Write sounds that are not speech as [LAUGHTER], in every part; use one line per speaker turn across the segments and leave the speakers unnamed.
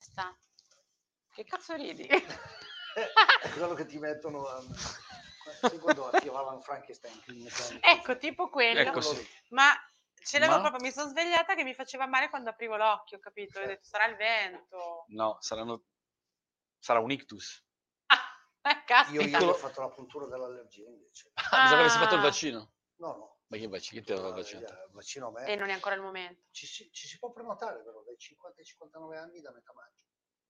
testa. Che cazzo ridi?
quello che ti mettono ehm, a... sì, quando attivavano Frankenstein.
[LAUGHS]
cioè,
ecco, tipo quello.
Ecco sì.
Ma ce l'avevo
Ma?
proprio, mi sono svegliata che mi faceva male quando aprivo l'occhio, capito? Ho detto, sarà il vento. [LAUGHS]
No, saranno... sarà un ictus. [LAUGHS]
Ah, caspita.
Io ieri
Piccolo-
ho fatto la puntura dell'allergia invece.
Ah, pensavo avessi fatto il
Ah.
vaccino.
No, no.
Ma che vaccino? Chi ti aveva vaccinato?
Il vaccino a me.
E non è ancora il momento.
Ci, si- ci si può prenotare però dai 50 ai 59 anni da metà maggio.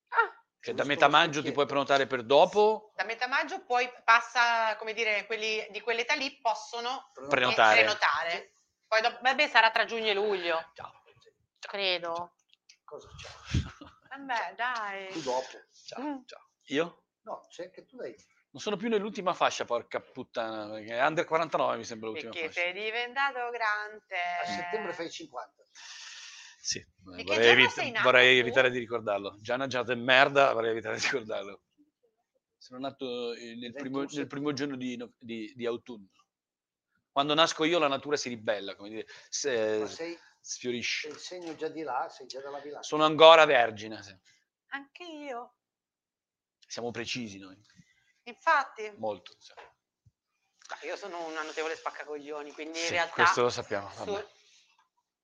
Ah,
Cioè, da
Giusto
metà
lo
maggio ti
specchietto.
puoi prenotare per dopo?
da metà maggio poi passa, come dire, quelli di quell'età lì possono
Prenotare.
eh, prenotare. Poi dopo, vabbè, sarà tra giugno e luglio,
Ciao.
credo.
Cosa c'è?
Vabbè,
Tu
dai.
dopo.
Ciao,
Mm.
ciao. Io?
No, c'è anche tu dai.
Non sono più nell'ultima fascia, porca puttana. Perché è under 49 mi sembra l'ultima
Perché
fascia.
sei diventato grande.
A settembre fai 50.
Sì, eh,
che
vorrei,
giorno
evit-
sei nato
vorrei
tu?
evitare di ricordarlo. Gianna Giada è merda, vorrei evitare di ricordarlo. Sono nato eh, nel primo,
21
nel primo giorno di, no- di- di autunno. Quando nasco io la natura si ribella, come dire, se-
Ma sei, sei
sfiorisce.
il segno già di là, sei già dalla bilancia.
Sono ancora vergine, sì.
Anche io.
siamo precisi noi,
Infatti,
molto. sì.
Beh, io sono una notevole spaccacoglioni, quindi in
Sì,
realtà...
questo lo sappiamo.
su-
vabbè.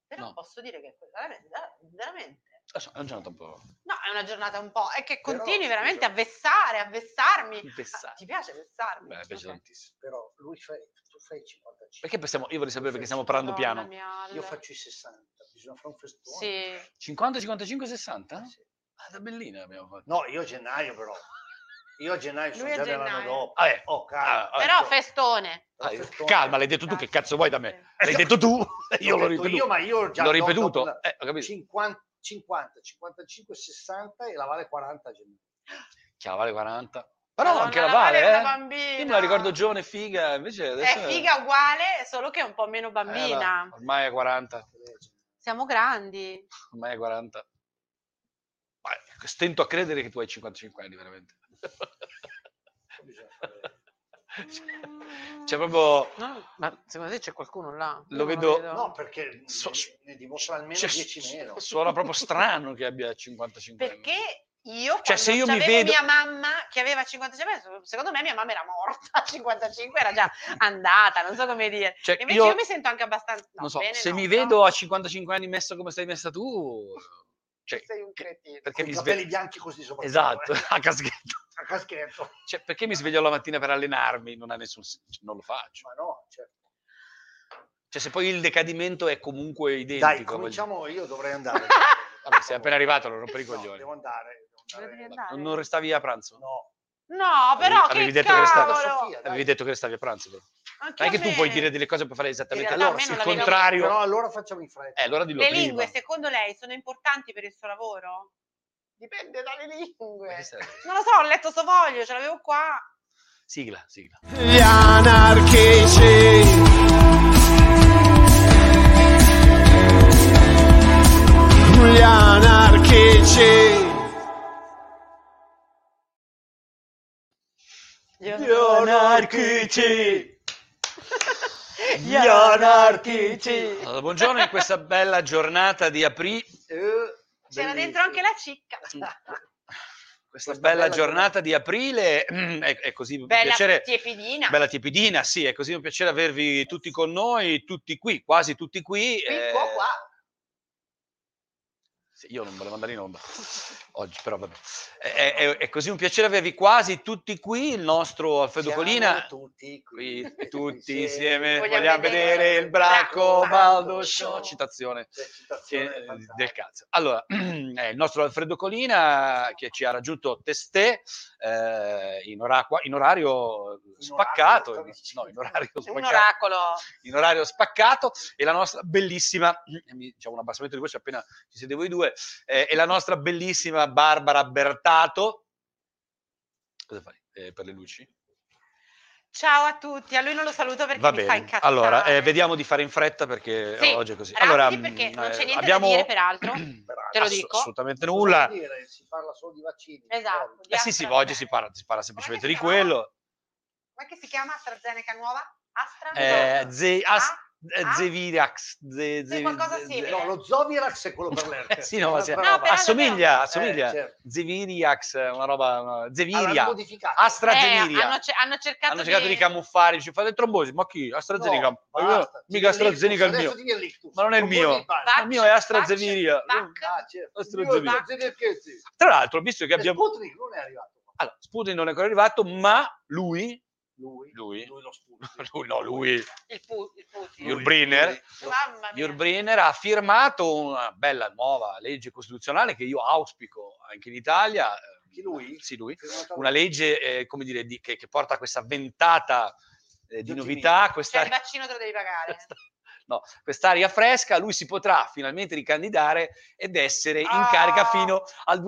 Però
No.
posso dire che è veramente, veramente-
Adesso, è una giornata un po'.
No, è una giornata un po'... È che
Però,
continui
scusa.
veramente a vessare, a vessarmi.
Vessare.
Ah, ti piace vessarmi?
Beh, mi piace
Ok.
tantissimo.
Però lui fai, tu fai 55.
Perché stiamo- io vorrei sapere perché stiamo parlando
Madonna
piano.
mia, Ale.
Io faccio i 60, bisogna fare un festone. Eh,
Sì.
50, 55, 60?
Sì.
Ah, da bellina abbiamo fatto.
No, io a gennaio però. Io a gennaio sono
Lui a
già dell'anno
gennaio.
dopo.
Vabbè,
Oh, calma.
Ah,
Però
Ecco.
festone.
Però
Ah,
festone.
calma, l'hai detto tu, che cazzo vuoi da
Esatto.
me? L'hai detto tu, io
L'ho
l'ho
detto
ripetuto.
Io, ma io già
l'ho
do-
ripetuto.
dopo la-
Eh, ho capito.
50, 50, 55, 60 e la Vale 40 a gennaio.
Chiaro, vale 40. Però
Madonna,
anche la
la Vale
Vale,
è
eh.
una bambina.
Io me la ricordo giovane, figa, invece adesso...
È figa uguale, solo che è un po' meno
eh, la-
bambina.
ormai è 40,
Lei è gennaio.
Siamo grandi.
ormai è 40. Ma stento a credere che tu hai 55 anni, veramente.
Bisogna fare-
C'è Cioè, proprio...
No, ma secondo te c'è qualcuno là? Io
Lo
non
vedo-
No, perché
So-
ne, ne dimostra almeno
cioè,
10 meno.
Suona proprio strano che abbia 55 anni.
Perché io,
Cioè,
quando
se io mi
c'avevo
vedo-
mia mamma che aveva 55 anni, secondo me mia mamma era morta [LAUGHS] a 55, era già andata, non so come dire.
Cioè,
Invece
io-
io, mi sento anche abbastanza... no,
non so,
bene
se
no,
mi
però
vedo a 55 anni messa come sei messa tu... Cioè,
Sei un cretino.
perché
Con i
mi
capelli
sveglio...
bianchi così sopra. eh.
Esatto, [LAUGHS] a caschetto.
A caschetto.
Cioè, perché mi sveglio la mattina per allenarmi? Non ha nessun senso, cioè, non lo faccio.
Ma no, certo.
Cioè, se poi il decadimento è comunque identico.
Dai,
voglio dire.
cominciamo, io dovrei andare.
Vabbè, sei appena arrivato, non rompere i
No,
coglioni.
Devo andare. Devo
Devi
andare.
andare.
Non, non restavi a pranzo?
No,
No, però
Avevi
che
detto che restavi-
cavolo!
Sofia, dai.
Avevi detto che restavi a pranzo. però.
Anche a
Non è che tu
me.
puoi dire delle cose e poi fare esattamente
realtà a
allora,
me
se il
non l'avevi
contrario...
però allora facciamo in fretta.
Eh, allora dillo
Le
prima.
lingue, secondo lei, sono importanti per il suo lavoro? Dipende dalle lingue.
Ma che serve?
Non lo so, ho letto sto foglio, ce l'avevo qua.
Sigla, sigla.
Gli anarchici. Gli anarchici.
Io-
Gli anarchici. Gli anarchici.
Allora, buongiorno in questa bella giornata di aprì.
C'era dentro anche la cicca. [LAUGHS]
Questa,
Questa
bella,
bella
giornata di aprile [CLEARS THROAT] è, è così un
Bella
piacere.
tiepidina.
Bella tiepidina, sì, è così un piacere avervi tutti con noi, tutti qui, quasi tutti qui.
Qui,
eh,
qua, qua.
sì, io non volevo andare in onda oggi, però vabbè. È, è- è così un piacere avervi quasi tutti qui, il nostro Alfredo Colina.
tutti [LAUGHS]
Qui
qui
tutti insieme vogliamo,
Vogliamo
vedere,
vedere
il Bracco
Bracco
Baldo
Baldo
Show.
Show.
Citazione
Cioè,
che-
citazione fantastica.
Eh, del cazzo. Allora, [CLEARS THROAT] è il nostro Alfredo Colina che ci ha raggiunto testè eh, in, ora- in orario spaccato,
orario,
no, in orario
Un
spaccato,
oracolo.
in orario spaccato e la nostra bellissima, [CLEARS THROAT] mi- diciamo un abbassamento di voce appena ci siete voi due, eh, e la nostra bellissima Barbara Bertato. Cosa fai eh, per le luci?
Ciao a tutti. A lui non lo saluto perché
Va
mi fa
bene,
incazzare.
allora eh, vediamo di fare in fretta perché
Sì,
oggi è così.
rapidi,
Allora,
perché
mh,
non c'è
eh,
niente da
abbiamo...
dire,
[CLEARS THROAT]
peraltro. Te lo
Ass-
dico.
Assolutamente
Cosa
nulla.
vuol dire? Si parla solo di vaccini.
Esatto.
Covid.
di
Eh sì, sì,
AstraZeneca.
ma oggi si parla, si parla semplicemente di
Come si chiama?
quello.
Com'è che si chiama AstraZeneca nuova? Astra?
Eh, ze- as-
Ah?
eh,
Ah?
Zevirax. Ze-
Sì,
Ze-
qualcosa
Ze- Eh,
simile.
No, lo Zovirax è quello
[LAUGHS]
per l'Erc.
Sì, no, ma sì.
No, però- cioè-
Assomiglia,
Eh,
assomiglia.
certo.
Zeviriax, una roba... una-
Allora,
Zeviria.
modificato.
Astra
Eh,
Zeviria.
hanno, ce- hanno cercato,
hanno cercato di, camuffare, dice fate trombosi, ma chi? AstraZeneca,
No,
Ma
cioè,
io-
basta.
mica
Ti viene
AstraZeneca è
l'ictus,
il mio,
adesso ti viene l'ictus.
ma non è il
Trombosi
mio,
in pace.
il mio è AstraZeneca.
Vac-
Ah, certo.
AstraZeneca.
Io AstraZeneca, sì.
Tra l'altro, visto che
E
abbiamo...
Sputnik non è arrivato.
Allora, Putin non è ancora arrivato, ma lui, [LAUGHS]
Lui.
Lui?
lo Sputnik.
lui no, lui,
il, pu- il Putin.
Lui. Yurbriner.
Mamma mia.
Brenner ha firmato una bella nuova legge costituzionale che io auspico anche in Italia. eh,
Chi lui?
Sì, lui.
Firmato-
Una legge, eh, come dire, di- che, che porta a questa ventata eh, di
Giorgini.
novità,
Cioè,
questa...
Certo.
il vaccino te lo devi pagare.
[LAUGHS] questa- No, quest'aria fresca, lui si potrà finalmente ricandidare ed essere in
Ah.
carica fino al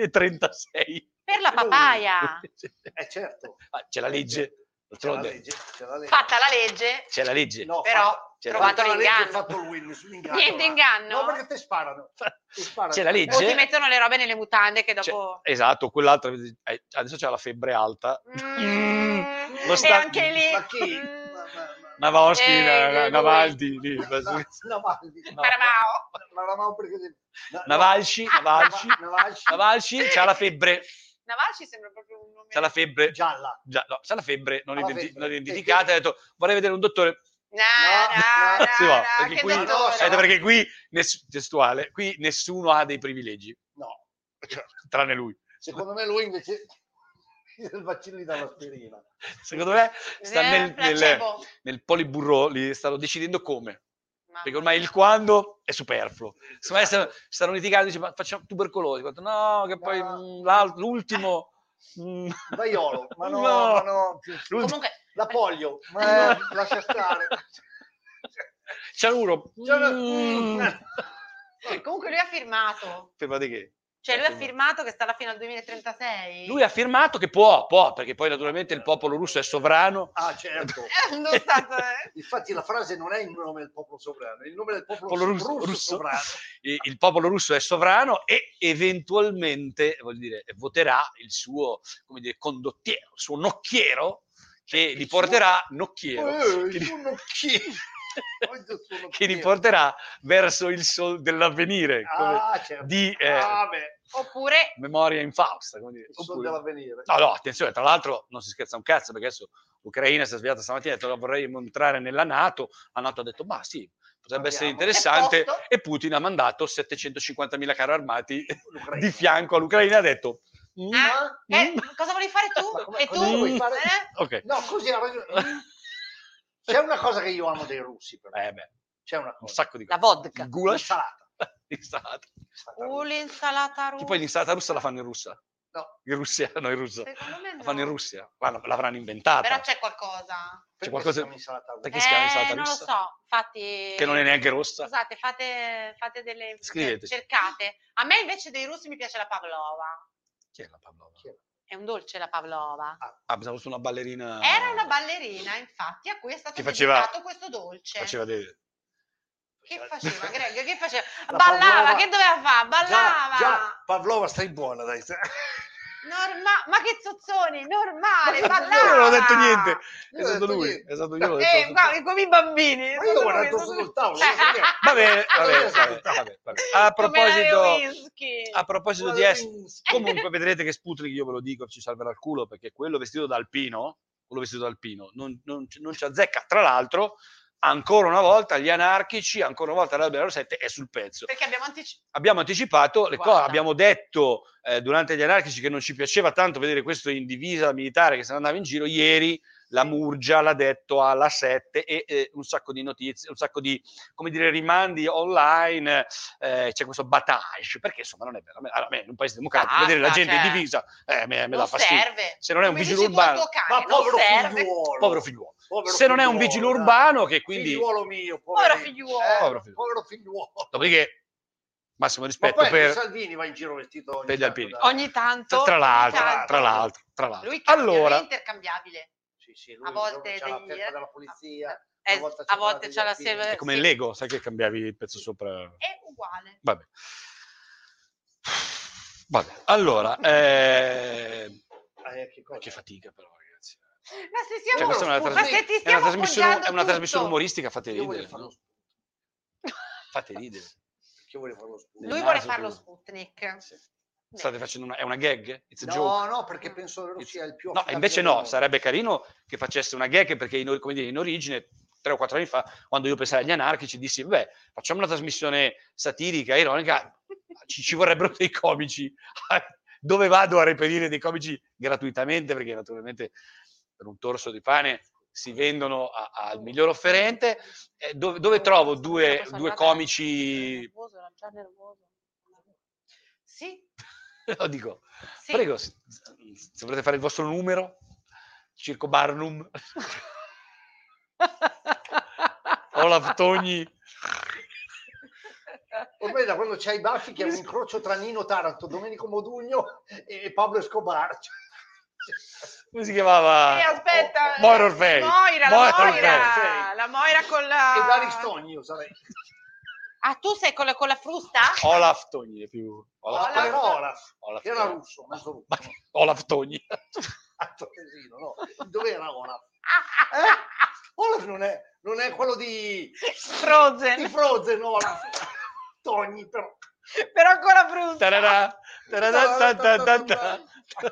2036.
Per la papaya.
Eh, certo.
Ah, C'è la legge,
C'è la
d'altronde,
legge. C'è la legge.
Fatta la legge,
c'è la legge. [LAUGHS]
No,
però
fatta-
c'è la
trovato
legge. La legge è
l'inganno.
fatto lui, nessun inganno.
Niente
va.
inganno.
No, perché te sparano.
Cioè,
Ti sparano.
C'è la legge?
o ti
C'è-
mettono le robe nelle mutande che
C'è-
dopo...
esatto, quell'altra eh, adesso c'ha la febbre alta.
Mm,
lo
e
sta-
anche lì...
Ma chi?
Mm.
Ma- ma- ma-
Navoschi,
Eh,
Na-
lui.
Navaldi, lì,
No, no, Navaldi.
No.
Caramao.
Ma eravamo perché... no, no.
Navalci, Navalci,
Navalci.
Navalci, c'ha la febbre,
Navalci sembra proprio un nome...
c'ha la febbre,
Gialla.
già, no, c'ha la febbre non,
Ha la
identi-
febbre.
non
E
identificata, ha detto vorrei vedere un dottore,
No,
No,
no,
si
no,
va,
no,
perché
che
qui-
dottore.
no,
Aspetta, perché qui, ness- testuale, qui nessuno ha dei privilegi,
No. Certo.
tranne lui.
Secondo me lui invece [LAUGHS] il vaccino gli dà l'aspirina.
Secondo me sta
Eh,
nel, nel,
placebo.
nel poliburro, lì stanno decidendo come,
Mamma
perché ormai
mia.
il quando è superfluo. Secondo me
Esatto.
stanno, stanno litigando, dice, ma facciamo tubercolosi, Ho detto, no, che poi
No.
mm, l'al- l'ultimo... mm,
Vaiolo,
[LAUGHS]
ma no,
No.
ma no.
l'ultimo-
Comunque,
La polio, ma
[LAUGHS]
eh, lascia stare.
C'è uno.
C'è una-
Mm.
[LAUGHS]
eh, comunque lui ha firmato.
Fermate che?
Cioè, lui ha firmato che sta là fino al 2036.
Certo. Lui ha firmato che può, può, perché poi naturalmente il popolo russo è sovrano.
Ah, certo.
Eh, non tanto, eh.
Infatti la frase non è il nome del popolo sovrano, è il nome del popolo,
Popolo russo-
russo,
russo.
sovrano.
E Il popolo russo è sovrano e eventualmente, voglio dire, voterà il suo, come dire, condottiero, il suo nocchiero che li porterà, nocchiero,
Eh,
Che- [LAUGHS]
sono chi? Oggi sono
che li
chi?
porterà verso il sol dell'avvenire, come
Ah, certo.
di eh,
Ah, beh,
Oppure
memoria infausta. Come dire.
il sol
Oppure-
dell'avvenire.
No, no, attenzione, tra l'altro non si scherza un cazzo perché adesso l'Ucraina si è svegliata stamattina e ha detto "La vorrei entrare nella Nato, la Nato ha detto ma sì, potrebbe essere
Andiamo.
È
interessante
posto.
e Putin ha mandato 750.000 carri armati
L'Ucraina.
di fianco all'Ucraina e ha detto "Mm,
Ah,
mm,
eh, cosa volevi fare
Ma
tu?
come-
E tu?
cosa vuoi
fare?
Eh? [LAUGHS]
ok,
No, così ha ragione. C'è una cosa che io amo dei russi, però.
Eh, beh,
C'è una
un
cosa.
sacco di
La
cose.
vodka.
Il goulash,
L'insalata.
l'insalata.
L'insalata
Uh,
russa.
l'insalata
Che
russa.
poi l'insalata russa la fanno in russa,
No,
in Russia, no in russa,
Secondo me
la
no.
fanno in Russia, L'hanno- l'avranno inventata,
Però c'è qualcosa.
perché
qualcosa-
si chiama insalata russa?
Perché si chiama insalata
eh, non lo
russa?
so. Infatti...
che non è neanche rossa.
Scusate, fate, fate delle... cioè,
Scrivete.
Cercate. A me invece dei russi mi piace la pavlova.
Chi è la Pavlova?
Chi è?
È un dolce la pavlova.
Ah, pensavo fosse una ballerina.
Era una ballerina, infatti, a cui è stato
Ah. Che faceva-
dedicato questo dolce.
Faceva dei...
Che faceva, Greg? Che faceva?
La
Ballava,
Pavlova-
che doveva fare? Ballava!
Già, già, Pavlova, stai buona, dai. [LAUGHS]
Norma- ma che zozzoni, normale,
Ma
ballava!
Io non ho detto niente,
Io
è
non ho
stato
detto
lui.
niente.
È stato io. l'ho
Eh,
detto-
guarda, come i bambini.
Ma
sono
io ho
lui,
guardato
sono
sul
lui.
tavolo. non so perché.
Va bene, va
[LAUGHS]
Io
bene,
l'ho
va bene,
detto.
va bene, va bene. A proposito,
Lewinsky.
a proposito di est, [LAUGHS] comunque vedrete che Sputnik, io ve lo dico, ci salverà il culo perché quello vestito da alpino, quello vestito da alpino, non, non, non ci azzecca. Tra l'altro, ancora una volta gli anarchici, ancora una volta l'albero 7 è sul pezzo.
Perché abbiamo anticipato.
Abbiamo anticipato le cose,
Guarda.
abbiamo detto eh, durante gli anarchici che non ci piaceva tanto vedere questo in divisa militare che se ne andava in giro. Ieri la Murgia l'ha detto alla 7 e eh, un sacco di notizie, un sacco di come dire, rimandi online. eh, c'è questo battage perché insomma non è vero. A me- a me, in un paese democratico,
Basta,
vedere la gente
cioè.
in divisa eh, a me, me dà
Non
fastidio.
serve.
Se non è un
Come
vigile
dici tu al
urbano,
tuo cane,
Ma
non
povero
serve.
figliuolo.
Povero figliuolo.
Povero
Se non è un
figliuolo,
vigile
dai.
urbano, che quindi.
Figliuolo mio,
Povero
poverino.
figliuolo.
Eh,
Povero
Povero
figliuolo.
figliuolo.
Dopodiché, massimo
Ma
rispetto
poi anche
per.
Salvini va in giro vestito ogni
per gli
tanto
alpini.
da-
Ogni tanto.
Tra l'altro,
ogni
Italia.
tra l'altro, tra l'altro.
Lui cambia, è
Allora,
intercambiabile.
Sì, sì, lui
A volte
c'ha la
degli-
felpa della polizia.
Eh,
una volta c'ha
a
quella
volte
degli
c'ha la
alpini.
silver.
è come il Lego, sai che cambiavi il pezzo sopra.
È uguale.
Vabbè. Vabbè. Allora, eh,
Eh, che cosa?
Eh,
Eh,
che fatica però, ragazzi.
Ma se
Cioè,
stiamo,
questa è una,
ma
trasmissione-
se ti
è una
stiamo
trasmissione,
appoggiando
è una trasmissione
tutto.
umoristica, fate
Io
ridere.
voglio farlo,
Fate ridere.
io voglio farlo scudo.
[LAUGHS]
del
Lui
naso
vuole farlo
chiuso.
Sputnik. Beh.
State facendo una, è una gag? It's a joke.
No, no, perché penso che loro sia il più
No,
affidabile
invece
del
no,
mondo.
sarebbe carino che facesse una gag perché in, or- come dire, in origine, tre o quattro anni fa, quando io pensavo agli anarchici, dissi, beh, facciamo una trasmissione satirica, ironica, ci, ci vorrebbero dei comici. [LAUGHS] ah, Dove vado a reperire dei comici gratuitamente? Perché naturalmente per un torso di pane si vendono a- al miglior offerente. Eh, dove, dove trovo due,
Sono
due
andata-
[LAUGHS] comici?
Era nervoso, era già nervoso. Sì,
Lo dico,
sì.
prego, se se volete fare il vostro numero, Circo Barnum. Olaf Togni.
Ormai da quando c'hai i baffi che è un incrocio tra Nino Taranto, Domenico Modugno e Pablo Escobar. [LAUGHS] Cioè,
Come si
Sì,
chiamava?
Eh, aspetta. eh,
Oh, Moira Orfei.
Moira, la
Moira
Moira.
Orfei.
La Moira con la...
E Dario Stogni io sarei.
Ah, tu sei con la, con la frusta?
Olaf Togni è più.
Olaf-
Olaf,
Togni.
Olaf,
Olaf
che Ah, era
Togni.
russo, ma sono
Ma
russo.
che- Olaf Togni. [LAUGHS]
Ah, Torresino, no? Dove era Olaf?
Ah, ah,
Eh? Olaf non è, non è quello di, di
Frozen.
Frozen, Olaf. Togni però.
Però con la frusta.
Tararà, tararà, ta, ta, ta, ta.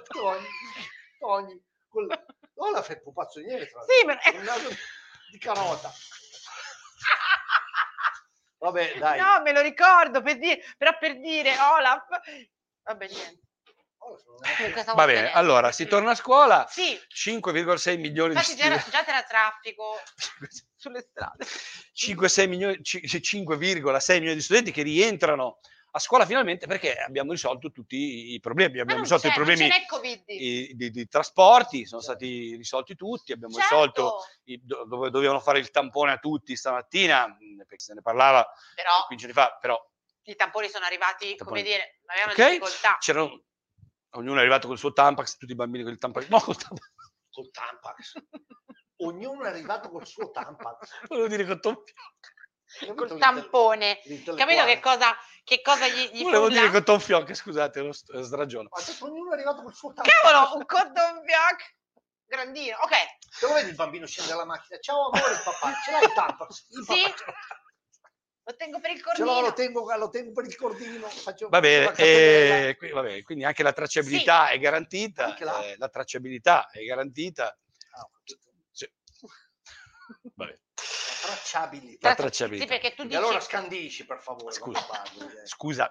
Togni, Togni. Quel- Olaf è il pupazzo di neve, tra l'altro.
Sì, ma...
un naso di carota. Vabbè, Eh, dai.
No, me lo ricordo, per dire- però per dire Olaf... Vabbè, niente.
Olaf non è-
Comunque stavo
Va bene,
finendo.
allora si torna a scuola.
Sì,
5,6 milioni di
infatti già,
studenti.
già c'era traffico sulle strade.
5,6 milioni, ci- 5,6 milioni di studenti che rientrano a scuola finalmente perché abbiamo risolto tutti i problemi.
Ma
Abbiamo
Ah, non
risolto i
c'è- non
problemi
ce n'è Covid.
i- di, di trasporti, sono stati risolti tutti, abbiamo
Certo.
risolto i- do- dove dovevano fare il tampone a tutti stamattina, mh, perché se ne parlava
Però
15 anni fa, però
i tamponi sono arrivati,
Tamponi.
come dire, avevano
Ok.
difficoltà.
c'erano, ognuno è arrivato col suo tampax, tutti i bambini con il tampax, no col tampax, [LAUGHS]
Col Tampax. Ognuno è arrivato col suo Tampax.
volevo dire col tonfiore,
Col tampone. Capito che cosa, che cosa gli, gli
volevo
frulla?
dire col tonfiore, scusate, lo st- sragiono.
cosa? Ognuno è arrivato col suo Tampax.
Cavolo, un cotton bioc grandino. Ok,
Se lo vedi il bambino scende dalla macchina. Ciao amore, papà, ce l'hai il Tampax? Il
Sì.
papà ce l'ha.
lo tengo per il
Ce l'ho,
cornino.
lo tengo, lo tengo per il cordino. Faccio,
Va bene,
faccio la cappellella.
eh, qui- va bene, quindi anche la tracciabilità è garantita,
Anche là.
eh, la tracciabilità è garantita.
Ah, ho capito.
Sì. [LAUGHS] Va bene.
La tracciabilità.
La
Tra-
tracciabilità.
Sì, perché tu
E
dici...
allora scandisci, per favore.
Scusa.
non parli, eh.
Scusa,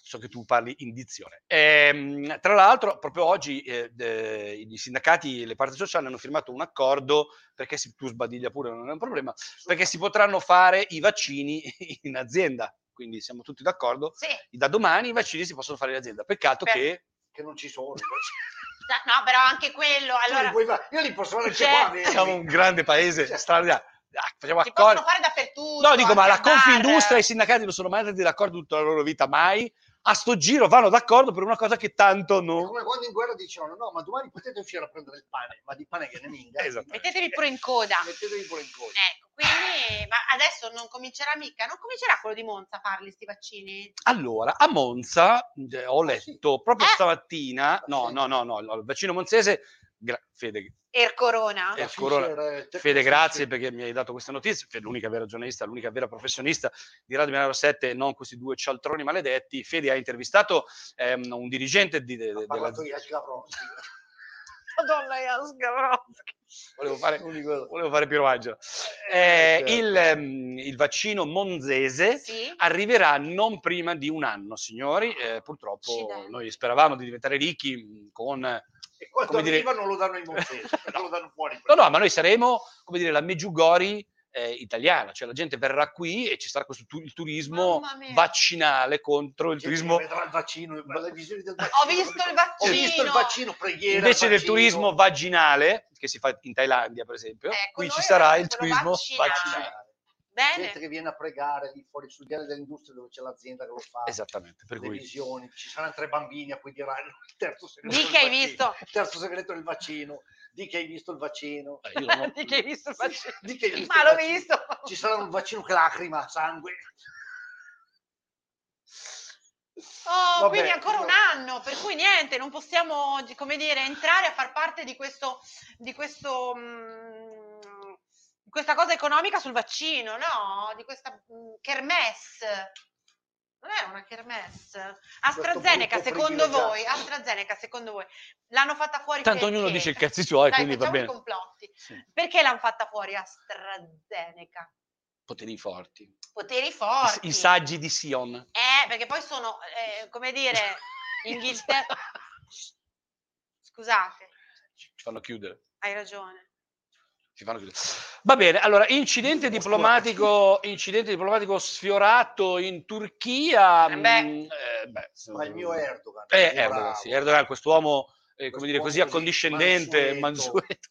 so che tu parli in dizione. Ehm, tra l'altro, proprio oggi eh, de- i sindacati e le parti sociali hanno firmato un accordo, perché si, tu sbadiglia pure, non è un problema, perché si potranno fare i vaccini [LAUGHS] in azienda. Quindi siamo tutti d'accordo.
Sì,
Da domani i vaccini si possono fare in azienda. Peccato
Per-
che...
Che non ci sono.
sa- no, però anche quello.
Tu li
Allora,
puoi fare- Io li posso fare anche
Certo.
qua. vedi.
Siamo un grande paese,
Cioè,
straordinario. Ah, facciamo
si
accordi.
possono fare dappertutto.
No, dico, ma la
anche al bar.
Confindustria e i sindacati non sono mai andati d'accordo tutta la loro vita, mai. A sto giro vanno d'accordo per una cosa che tanto
È
non...
come quando in guerra dicevano no, ma domani potete uscire a prendere il pane, ma di pane che ne minga. eh,
Esatto. Eh,
Mettetevi pure in coda.
Mettetevi pure in coda.
Ecco, quindi ma adesso non comincerà mica, non comincerà quello di Monza a farli sti vaccini?
Allora, a Monza eh, ho letto proprio
Eh?
stamattina, no,
Sì.
no, no, no, il vaccino monzese, gra- Fede,
Er Corona?
Eh,
La
scorona-
Fischer, eh,
Fede,
te-
grazie perché mi hai dato questa notizia. Fede, l'unica vera giornalista, l'unica vera professionista di Radio Milano 7, non questi due cialtroni maledetti. Fede ha intervistato ehm, un dirigente di, de- de-
Ha
della.
parlato Iaci Gavron.
Madonna, Jaska Brodsky.
Volevo fare,
[LAUGHS] Unico-
volevo fare Piero Angela.
Eh,
Eh,
certo.
il, ehm, il vaccino monzese
Eh Sì?
arriverà non prima di un anno, signori. Eh, purtroppo
Ah, Accidenti.
noi speravamo di diventare ricchi mh, con... No,
E quando
Come dire-
arriva non lo danno ai monzesi, perché lo danno fuori.
no, ma noi saremo, come dire, la Meggiugori eh, italiana, cioè la gente verrà qui e ci sarà questo tu- il turismo
Mamma mia.
vaccinale contro il
Gente che
turismo...
Vedrà il vaccino, le visioni del vaccino.
Ho visto il
Ho
vaccino.
visto il vaccino, preghiera.
Invece
il
del
vaccino.
turismo vaginale, che si fa in Thailandia per esempio,
Ecco,
qui
noi
ci sarà
avremo
il
quello
turismo
vaccinale.
vaccinale.
Bene.
Gente che viene a pregare lì fuori sul viale dell'industria dove c'è l'azienda che lo fa.
Esattamente, per
le
cui
visioni, ci saranno tre bambini a cui diranno il terzo segreto.
Di
del
che hai
vaccino,
visto?
Il terzo segreto del vaccino, di che hai visto il vaccino.
Eh, io
[LAUGHS]
non ho-
Di che hai visto il vaccino?
Di che hai visto
Ma
il
l'ho
vaccino.
visto.
Ci sarà un vaccino che lacrima, sangue.
Oh,
Vabbè,
Oh, quindi ancora un
no.
anno, per cui niente, non possiamo, di- come dire, entrare a far parte di questo, di questo, mm, di questa cosa economica sul vaccino, no? Di questa mm, kermesse. Non era una kermesse. AstraZeneca,
gruppo
secondo
privilegiato.
voi, AstraZeneca, secondo voi, l'hanno fatta fuori
[LAUGHS] Tanto
perché?
ognuno dice il cazzi suoi,
Dai,
quindi va
facciamo i
bene.
complotti.
Sì.
Perché l'hanno fatta fuori AstraZeneca?
Poteri forti. I-
Poteri forti.
I saggi di Sion.
Eh, perché poi sono, eh, come dire, Inghilterra. Scusate,
Ci fanno chiudere.
hai ragione.
Ci fanno chiudere. Va bene, allora, incidente
Oscurati.
diplomatico, incidente diplomatico sforato in Turchia.
Eh beh.
Mm, eh, beh, se-
Ma il mio Erdogan.
Eh,
bravo,
Erdogan, sì, Erdogan, quest'uomo, eh, come dire,
Quest'uomo
così
così,
accondiscendente,
mansueto.
mansueto.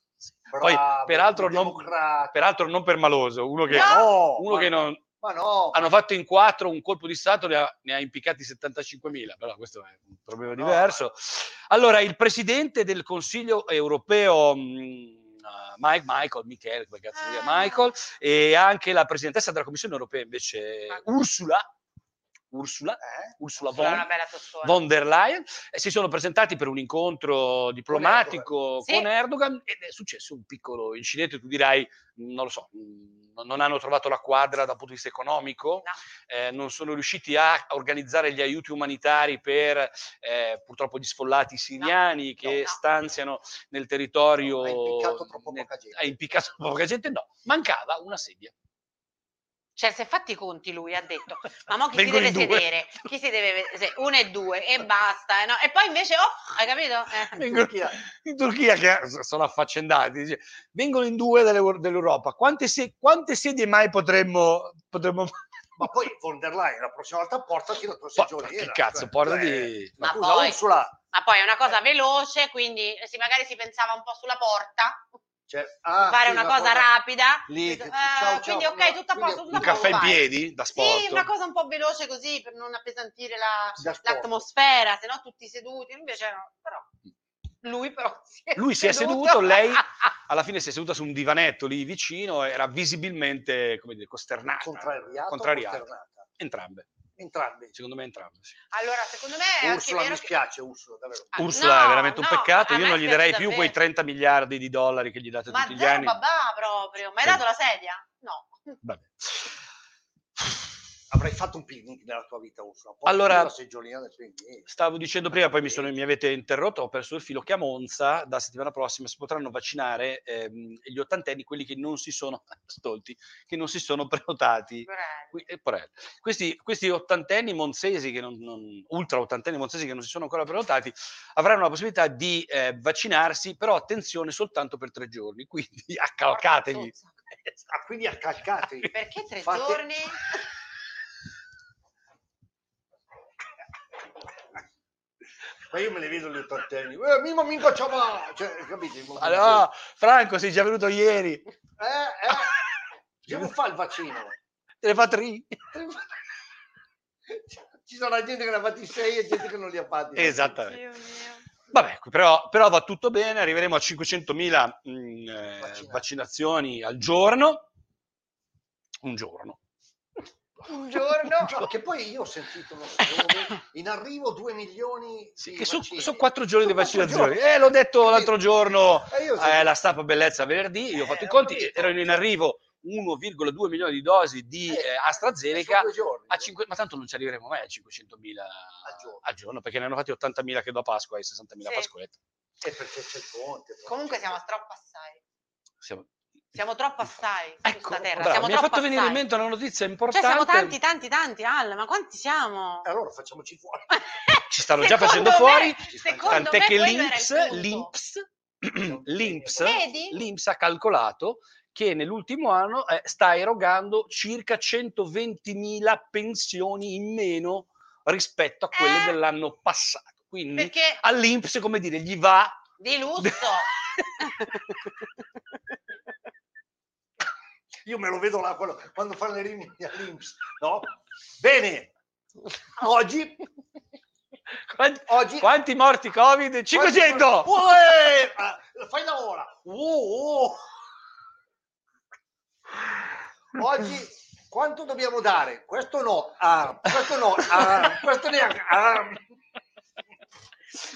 bravo,
Poi, peraltro, non,
democratico.
peraltro non per maloso, uno che,
No,
uno
ma-
che non, Ah,
Ma no,
hanno fatto in quattro un colpo di Stato, ne ha, ne ha impiccati 75.000, però questo è un problema
No,
diverso. Allora, il presidente del Consiglio europeo, mh, eh, Mike, Michael, Michele, come cazzo si chiama,
Ah.
Michael, e anche la presidentessa della Commissione europea invece,
Ah.
Ursula, Ursula,
eh?
Ursula
Sono una
von,
bella tossona.
von der Leyen, eh, si sono presentati per un incontro diplomatico
Erdogan. Sì.
con Erdogan ed è successo un piccolo incidente, tu dirai, mm, non lo so, mh, non hanno trovato la quadra dal punto di vista economico, eh, non sono riusciti a organizzare gli aiuti umanitari per eh, purtroppo gli sfollati siriani che
no, no.
stanziano nel territorio...
Ha impiccato troppo
nel-
poca gente.
Ha impiccato poca gente? No, mancava una sedia.
Cioè, si è fatti i conti lui, ha detto. Ma mo chi si
Vengono
deve
in due.
sedere? Chi si deve se- Uno e due, e basta. eh no? E poi invece, oh, hai capito? Eh.
In
Vengono-
Turchia.
in Turchia che sono affaccendati, dice, vengono in due delle- dell'Europa. Quante, se- quante sedie mai potremmo... potremmo... [LAUGHS]
Ma poi von der Leyen la prossima volta portati la tua
Po-
seggiolina.
che cazzo,
cioè,
porta
cioè,
di...
Ma
scusa,
poi-
Ursula,
Ma poi è una cosa veloce, quindi eh, sì, magari si pensava un po' sulla porta,
cioè, ah,
fare
sì,
una cosa rapida.
Lì,
Eh,
che- ciao, ciao,
quindi, ok, tutto
no,
a
quindi
posto, tutto
Un
a posto,
caffè in
vai.
piedi da sport.
Sì, una cosa un po' veloce così per non appesantire la-
Da sport.
l'atmosfera, se no tutti seduti, invece no, però lui però [LAUGHS] si è
Lui si è seduto, lei alla fine si è seduta su un divanetto lì vicino, era visibilmente come dire, costernata.
Contrariato,
Contrariato.
contrariata.
Entrambe,
Entrambi.
secondo me entrambe. sì.
[LAUGHS] Allora, secondo me è Eh, anche
Ursula, mi
vero che...
spiace, Ursula, davvero.
Ah,
Ursula è
no,
veramente un
no,
peccato,
a
io
me
non gli
spiace
darei più quei
davvero.
30 miliardi di dollari che gli date
Ma
tutti gli
zero
anni.
babà proprio, ma hai
Sì.
dato la sedia? No. [LAUGHS]
Vabbè.
Avrai fatto un picnic nella tua vita, Ursula. Portati
Allora-
la seggiolina del picnic. Eh,
Stavo dicendo prima, poi mi, sono- mi avete interrotto, ho perso il filo, che a Monza da settimana prossima si potranno vaccinare ehm, gli ottantenni, quelli che non si sono, [LAUGHS] stolti, che non si sono prenotati
Bravo.
Qui- e Porelli. Questi, questi ottantenni monzesi, che non, non- ultra ottantenni monzesi che non si sono ancora prenotati, avranno la possibilità di eh, vaccinarsi, però attenzione soltanto per tre giorni, quindi [LAUGHS] accalcatevi.
Porca
Ah, quindi
[LAUGHS]
accalcatevi.
Perché tre
Fate-
giorni?
Ma io me ne vedo gli ottantenni. Eh, Mimmo, mi facciamo... Cioè, capite?
Allora, Franco, sei già venuto ieri,
Eh,
[LAUGHS]
eh. Devo fare il vaccino.
te ne fa tre.
[LAUGHS] Ci sarà gente che ne ha fatti 6 e gente che non li ha fatti.
Esattamente.
Dio mio.
Vabbè, però, però va tutto bene, arriveremo a 500.000 mm, eh,
Vaccinati.
vaccinazioni al giorno. Un giorno.
Un
[LAUGHS]
giorno?
No, che poi io ho sentito non so dove, in arrivo 2 milioni
Sì,
di
che sono
vaccini.
quattro giorni di
Sono quattro
vaccinazioni.
giorni.
Eh, l'ho detto l'altro giorno
Eh, io ho
eh,
sentito-
la stampa bellezza venerdì, io ho
Eh,
fatto i
ho
conti,
capito.
erano in arrivo 1,2 milioni di dosi di
Eh,
eh,
sono
AstraZeneca,
due giorni.
a cinque- ma tanto non ci arriveremo mai a 500.000 al
giorno.
perché ne hanno fatti 80.000 che da Pasqua e 60.000 a
Sì.
Pasquetta.
Eh, perché c'è il ponte. però.
Comunque siamo troppo assai.
Siamo-
Siamo troppo assai su
Ecco,
questa terra.
bravo,
siamo
mi ha fatto
troppo
venire in
assai.
mente una notizia
Cioè,
importante.
siamo
[CLEARS THROAT]
tanti, tanti, tanti, Al, ma quanti siamo?
Allora facciamoci fuori.
Eh,
[LAUGHS]
Ci stanno già
Secondo
[LAUGHS] facendo
me-
fuori,
secondo
tant'è
me
che
quello era il
l'Inps,
punto.
l'Inps, l'Inps,
Vedi?
l'Inps ha calcolato che nell'ultimo anno eh, sta erogando circa 120.000 pensioni in meno rispetto a quelle
Eh.
dell'anno passato. Quindi
Perché
all'Inps, come dire, gli va...
di [LAUGHS] lusso.
Io me lo vedo là quello- quando fanno le riunioni all'Inps, no? Bene, oggi...
[LAUGHS] Quanti,
oggi
quanti morti Covid? 500!
Uè! Ah, Fai la ora! Oh, oh. Oggi quanto dobbiamo dare? Questo no, ah, questo no, ah, questo neanche. ah.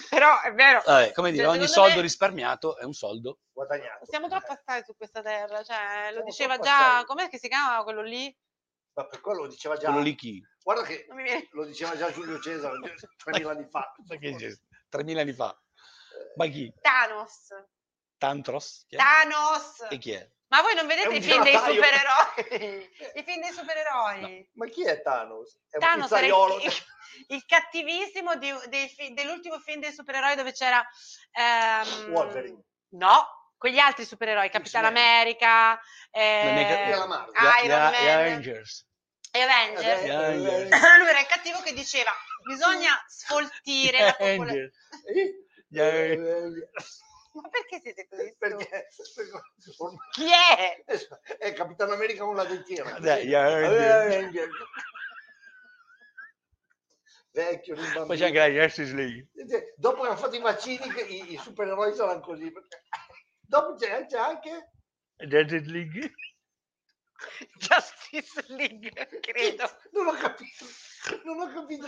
Però è vero.
Vabbè, come dire,
Cioè,
ogni
secondo
soldo
me-
risparmiato è un soldo.
guadagnato.
Siamo troppo stati su questa terra, cioè, lo
Siamo
diceva
troppo
già,
assai.
com'è che si chiamava quello lì?
Ma per quello lo diceva già.
Quello lì chi?
Guarda che
Non mi viene.
lo diceva già Giulio Cesare 3000 anni
[LAUGHS]
fa.
Ma che dice? 3.000 anni fa. Ma chi?
Thanos.
Tantros? Chi è?
Thanos.
E chi è?
Ma voi non vedete
un
i film dei
pirataio. [LAUGHS]
supereroi? I film dei supereroi.
Ma chi è Thanos? È un
Thanos era
pizzaiolo.
il, il cattivissimo di- dei fi- dell'ultimo film dei supereroi dove c'era ehm,
Wolverine.
No, quegli altri supereroi, Capitan
X-Men.
America,
Non è
eh,
che-
Era Marvel.
Iron
Gli- gli-
Man
gli Avengers.
e Avengers.
Eh, Avengers.
[COUGHS] Lui era il cattivo che diceva bisogna sfoltire la popolazione.
[LAUGHS] Avengers. Gli Avengers.
Ma perché siete così? stupidi?
Perché? perché ormai-
Chi è?
è Capitano Eh, America con la dentiera.
Eh,
Eh,
Dai, gli Avengers.
Avengers. Vecchio, rimbambito.
Poi c'è anche la Justice League.
Cioè, Dopo che hanno fatto i vaccini, che i, i supereroi saranno così. perché- Dopo c'è, c'è anche
Justice League.
Justice League, credo.
Non ho capito. Non ho capito.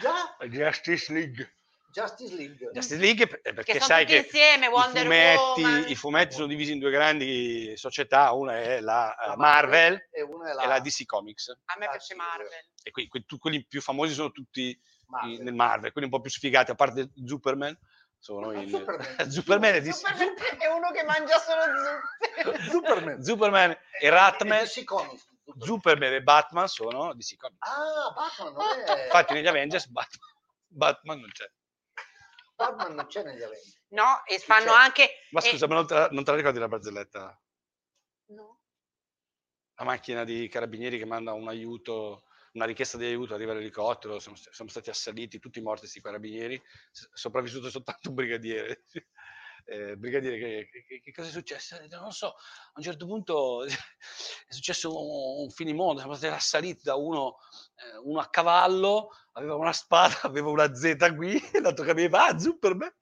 Già
Justice League.
Justice League.
Justice League per- eh, perché
Che sono
sai
tutti
che
insieme,
i
Wonder Woman.
fumetti, i fumetti sono divisi in due grandi società, una è la, eh,
La
Marvel
e una è
e la DC Comics
A me
Ah,
piace
sì,
Marvel.
e qui- que- tu- quelli più famosi sono tutti i-
Marvel. Ah,
nel Marvel, quelli un po' più sfigati, a parte Superman, sono in
Superman.
Superman, e DC.
Superman è uno che mangia solo zuppe.
[LAUGHS]
Superman.
[LAUGHS] Superman e
E
Ratman,
DC eh, Comics.
Superman e Batman sono DC Comics.
Ah, Batman non è.
Infatti negli Avengers Batman, Batman non c'è.
Batman non c'è negli eventi.
No, e fanno
Cioè,
anche...
Ma
e-
scusa, ma non te, la, non te la ricordi la barzelletta?
No.
La macchina di carabinieri che manda un aiuto, una richiesta di aiuto, arriva l'elicottero, sono, st- sono stati assaliti, tutti morti questi carabinieri, s- sopravvissuto soltanto un brigadiere. [LAUGHS] Eh, brigadiere, che, che- che cosa è successo? Ha detto, Non lo so, a un certo punto [LAUGHS] è successo un, un finimondo, siamo stati assaliti da uno, eh, uno a cavallo, aveva una spada, [LAUGHS] aveva una Z qui, [LAUGHS] e l'altro che aveva, ah, Superman!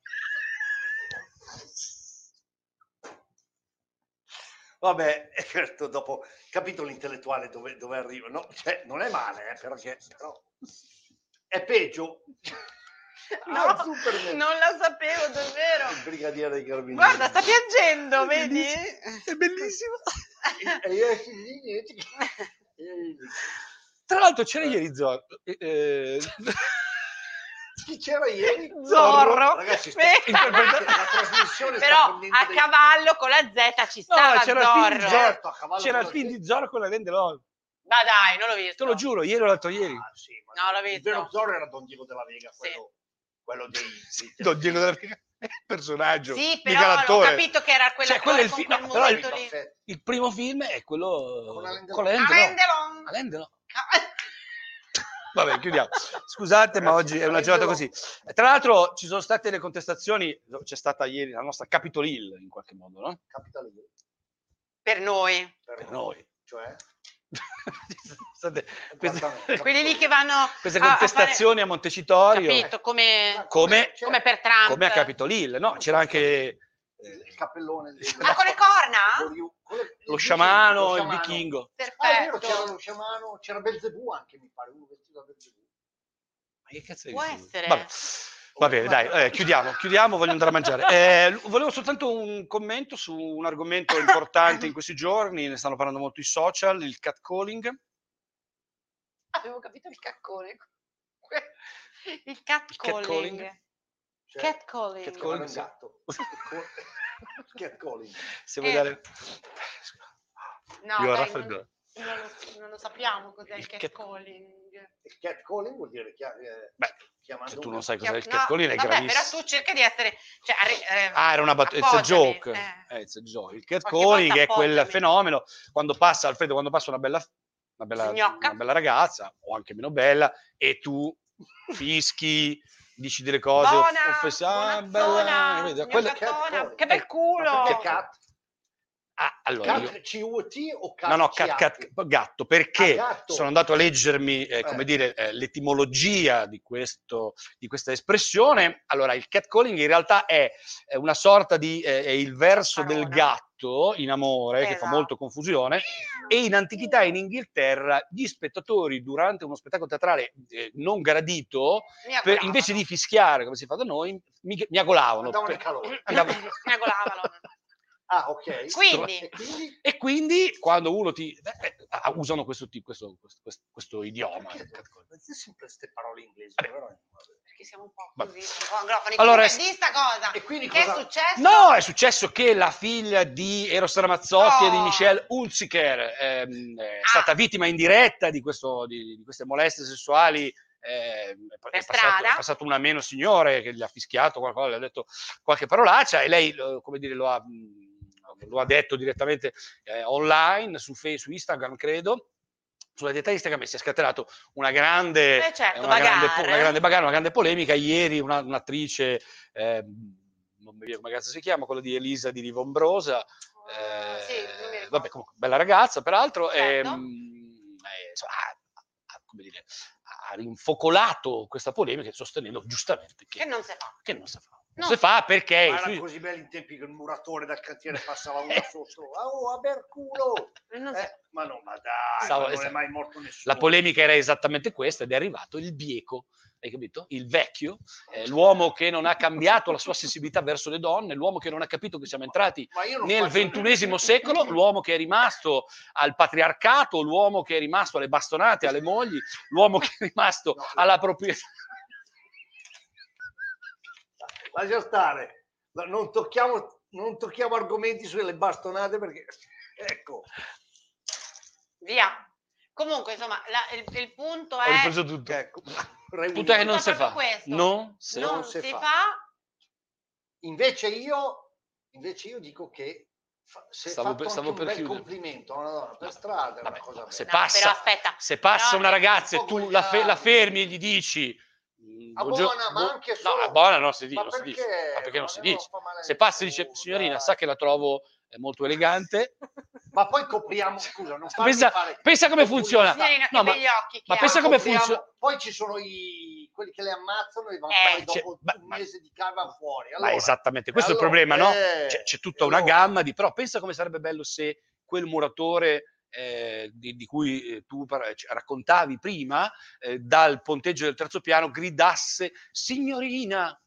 Vabbè, [LAUGHS] e questo dopo capito l'intellettuale dove, dove arriva. No, cioè, non è male, eh, perché però è peggio.
[LAUGHS]
[LAUGHS]
No,
Ah, Superman.
Oh, non la sapevo,
Il
Mm.
davvero.
brigadiere dei carabinieri.
Guarda, sta piangendo,
È
vedi?
bellissimo, È bellissimo!
E io esco
[LAUGHS]
lì, niente. E-
Tra l'altro c'era ieri Zorro. eh, eh, [LAUGHS]
Chi c'era ieri?
Zorro.
Ragazzi, sta-
Beh.
interpreta- la trasmissione sta
Però
prendendo
a
dei-
cavallo con la Z ci
No,
stava
c'era il film di
Zorro. Eh,
Zorro.
Certo, a cavallo
c'era il
con la
film
gente.
di Zorro con la Lendelon.
Ma dai, non l'ho visto.
Te lo giuro, ieri o l'altro ieri.
Ah, sì, ma
No, l'ho
Il
visto.
vero Zorro era Don Diego della Vega,
Sì.
quello, quello dei... dei-
[LAUGHS] Don Diego della Vega è il personaggio.
Sì,
mica
però ho
l'attore.
capito che era quella
Cioè, quello è il
con
film-
quel
no, però il-
musetto lì.
Perfetto.
Il primo film è quello
Con la Lendelon.
con la
Ah,
Lendelon.
Rendelon.
La Lendelon. [LAUGHS] Vabbè, chiudiamo.
[LAUGHS]
Scusate, ma
Ragazzi,
oggi è
la
una giornata così. Eh,
Lendelon.
Tra l'altro, ci sono state le contestazioni. C'è stata ieri la nostra Capitol Hill, in qualche modo, no?
Capitalismo.
Per noi.
Per
Per noi. [LAUGHS]
Cioè,
Ci sono state
Esattamente.
queste, [LAUGHS]
Quelli lì che vanno
queste
a- a
contestazioni a,
Ah, fare-
Montecitorio.
Capito, come,
Come-
Cioè,
come per Trump.
come a Capitol Hill, no? C'era anche
eh, il cappellone del-
Ah, con le corna?
Oriu- con le-
lo
il
sciamano, il
sciamano.
vichingo.
Ah, è vero, c'era
Perfetto.
lo sciamano, c'era Belzebù anche, mi pare, uno vestito da Belzebù.
Ma che cazzo è
Può
questo?
essere.
Vabbè. Va bene, dai, eh, chiudiamo, chiudiamo, voglio andare a mangiare. Eh, l- volevo soltanto un commento su un argomento importante in questi giorni, ne stanno parlando molto i social, il catcalling.
Avevo capito il caccone. [LAUGHS] Il catcalling.
catcalling.
Cioè,
Catcalling.
c'era
Catcalling,
un
sì. [LAUGHS]
gatto. Catcalling.
Se vuoi
Eh.
dare...
No,
Io
dai,
Rafa-
non, non lo, non lo sappiamo cos'è il
Il cat-
catcalling.
Catcalling vuol dire chia- eh,
Beh,
chiamando
se tu
un-
non sai
Chiam-
cos'è il
no,
catcalling è
vabbè,
gravissimo.
Però tu cerca di essere... Cioè, arri- eh,
Ah, era una battuta, it's a
appoggiami,
joke.
eh.
Eh, it's a joke. Il
Qualche
catcalling
volta
è quel
appoggiami.
fenomeno quando passa, Alfredo, quando passa una bella, una bella,
Signocca.
una bella ragazza, o anche meno bella, e tu fischi, dici delle cose,
Buona,
offensi- ah,
buonazzona,
bella, capito?
mio
Quello- ecco,
gattona,
catcalling.
che bel culo!
Ma perché cat?
Ah, allora, io-
Cat C-U-T o cat
no, no, cat-
ciat?
cat- gatto, perché
Ah, gatto.
sono andato a leggermi, eh, come
Eh.
dire, eh, l'etimologia di, questo, di questa espressione. Allora, il catcalling in realtà è, è una sorta di, eh, è il verso del
Parola.
gatto. Egitto, in amore, che fa
Esatto.
molto confusione, e in antichità in Inghilterra gli spettatori durante uno spettacolo teatrale eh, non gradito,
Mi
per-
agolavano.
invece di fischiare come si fa da noi, mi, mi agolavano.
Andavano
Per-
in
[LAUGHS]
calore.
andavano-
Mi agolavano.
Ah, ok.
Quindi?
E quindi?
E quindi quando uno ti... eh, eh, usano questo, ti- questo, questo, questo- questo idioma.
Perché Perché sempre queste parole inglesi? veramente?
Perché siamo un po'
Ma-
così, un po' anglofoni.
Allora,
Allora, questa
Eh.
cosa.
E quindi
Che è
cosa-
successo?
No, è successo che la figlia di Eros Ramazzotti e di
Oh.
Michelle Hunziker ehm,
Ah.
è stata vittima in diretta di, questo- di- di queste molestie sessuali. ehm, è, pa-
Per
è passato,
strada.
è passato un ameno signore che gli ha fischiato qualcosa, gli ha detto qualche parolaccia e lei eh, come dire, lo, ha, mh, lo ha detto direttamente eh, online su, Fe- su Instagram, credo. Sulla dieta Instagram e si è scatenato una grande
Eh certo,
è una grande,
bagarre.
po- una grande bagarre, una grande polemica. Ieri una- un'attrice, eh, non mi ricordo come cazzo si chiama, quella di Elisa di Rivombrosa, eh,
Ah, Sì, non mi ricordo.
vabbè, comunque, bella ragazza peraltro,
Certo.
ehm, eh, insomma, ha, ha- come dire, ha rinfocolato questa polemica sostenendo giustamente che,
Che non si fa.
che non si fa. Non
No.
si fa perché...
Ma
sui-
erano così belli in tempi che il muratore dal cantiere passava
Eh.
una solo solo. Ah, Oh, a
[LAUGHS]
berculo!
Non si fa.
Eh, ma no, ma dai,
Stavo-
ma non è
stavo-
mai morto nessuno.
La polemica era esattamente questa ed è arrivato il bieco, hai capito? Il vecchio, eh, l'uomo che non ha cambiato la sua sensibilità verso le donne, l'uomo che non ha capito che siamo entrati
Ma io non
nel
faccio-
ventunesimo secolo, l'uomo che è rimasto al patriarcato, l'uomo che è rimasto alle bastonate, alle mogli, l'uomo che è rimasto
No.
alla proprietà.
Lascia stare, Ma non tocchiamo, non tocchiamo argomenti sulle bastonate perché... [LAUGHS] Ecco,
Via. Comunque, insomma, la- il, il punto
Ho
è...
ripreso tutto.
ecco. [LAUGHS] Re-
Il punto è che non si
proprio
fa.
questo.
Non si
non
se
si,
fa.
fa.
Invece io, invece io dico che fa- se
Stavo
fatto
per- stavo
anche
per
un bel
chiudere.
complimento a una donna per
No,
strada è una
vabbè,
cosa
se
bella.
No,
passa-
però aspetta.
Se passa
No,
una
è
ragazza
un po'
e tu la, fe-
volgare.
la fermi e gli dici... mm,
Ah,
buongio-
buona, ma
bu-
anche
no,
solo-
ah, buona non si dice,
Ma
non si dice. Ma perché non si
Ma
dice?
fa male a
Se passa e dice,
nessuno,
signorina,
dai.
sa che la trovo eh, molto elegante.
Ma poi copriamo, scusa, non farmi
Pensa,
fare...
pensa come funziona.
[LAUGHS] Signorina,
No,
che
ma-
begli occhi
ma
che
pensa
ha.
come
Copriamo-
funziona-
Poi ci sono i... quelli che le ammazzano e vanno
Eh.
poi dopo
Cioè, ma-
un
ma-
mese di calma fuori.
Ma
Allora,
esattamente, questo è il
allora,
problema, no? Cioè,
eh,
C'è, c'è tutta
e
una
allora?
gamma di... Però pensa come sarebbe bello se quel muratore eh, di, di cui eh, tu par- ci- raccontavi prima, eh, dal ponteggio del terzo piano, gridasse, signorina,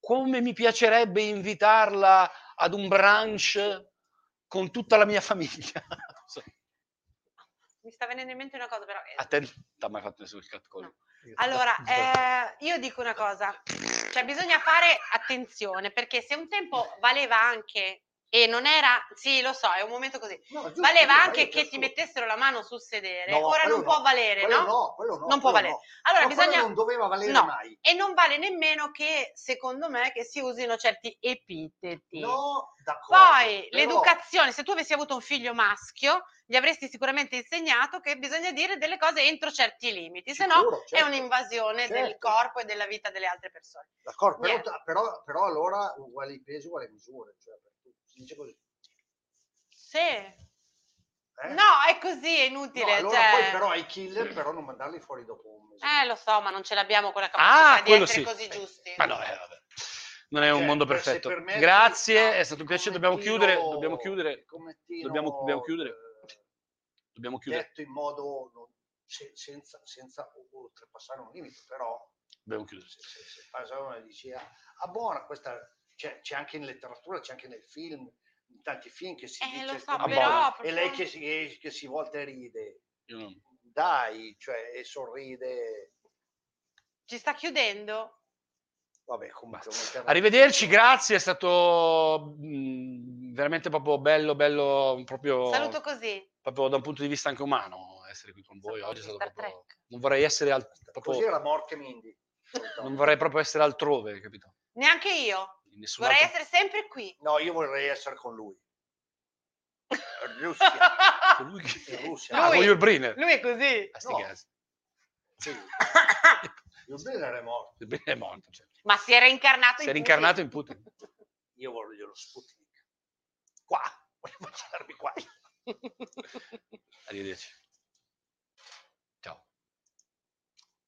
come mi piacerebbe invitarla ad un brunch con tutta la mia famiglia. [LAUGHS]
Mi sta venendo in mente una cosa, però... eh,
A te non ti ha mai fatto nessun cat call.
No.
[LAUGHS]
Allora, eh, io dico una cosa, cioè bisogna fare attenzione perché se un tempo valeva anche e non era, sì lo so, è un momento così,
No, giusto,
valeva
ma
anche
io
che
cerco-
ti mettessero la mano sul sedere,
No,
ora
quello
non
no,
può valere,
quello
no?
no, quello no,
Non può
quello
valere.
no.
Allora
Ma quello
bisogna...
non doveva valere
No.
mai.
E non vale nemmeno che, secondo me, che si usino certi epiteti.
No, d'accordo.
Poi
però-
l'educazione, se tu avessi avuto un figlio maschio, gli avresti sicuramente insegnato che bisogna dire delle cose entro certi limiti, se no
Sicuro,
è
certo.
un'invasione del
Certo.
corpo e della vita delle altre persone.
D'accordo, però,
Niente.
però, però allora uguali i pesi, uguali le misure. Cioè, per tutti. si dice così.
Sì.
eh?
No, è così, è
No,
inutile.
allora
cioè-
poi però ai killer, però non mandarli fuori dopo un mese.
Eh, lo so, ma non ce l'abbiamo quella capacità
Ah,
di
quello
essere
sì.
così giusti.
Ma no, eh, vabbè. Non è un
Cioè,
mondo
per- se
perfetto.
permetti,
Grazie,
ah,
è stato un piacere.
commentino-
Dobbiamo chiudere. Dobbiamo chiudere.
commentino,
Dobbiamo- dobbiamo chiudere.
eh,
Dobbiamo chiudere.
Detto in modo non- se- senza, senza oltrepassare un limite, però
Dobbiamo chiudere.
se, se, se passa uno e dici ah, ah, buona questa c'è, c'è anche in letteratura c'è anche nel film in tanti film che si
Eh,
dice
lo so,
come-
però,
Ah, buona.
proprio-
e lei che si, che, che si volta e ride
Io non-
dai cioè e sorride
Ci sta chiudendo?
vabbè comunque
Basta. Arrivederci, grazie. È stato mm, veramente proprio bello, bello, proprio,
Saluto così.
proprio da un punto di vista anche umano essere qui con voi.
Saluto
Oggi è stato
Star
proprio...
Trek.
Non vorrei essere al- proprio-
così era morte Mindy
Non vorrei proprio essere altrove, capito?
Neanche io.
In nessun
Vorrei
altro-
essere sempre qui.
no io vorrei essere con lui
[LAUGHS]
Russia
Colui che- [LAUGHS]
in Russia
Ah,
Lui.
Roger Briner.
Lui è così.
Ah, sti
No.
cazzi.
sì. il Brunner è morto
Briner è morto. cioè.
[LAUGHS] Ma si era incarnato
Si
in
è rincarnato
Putin.
in
[LAUGHS]
Putin.
io voglio lo Sputnik qua voglio mangiarmi qua
Arrivederci.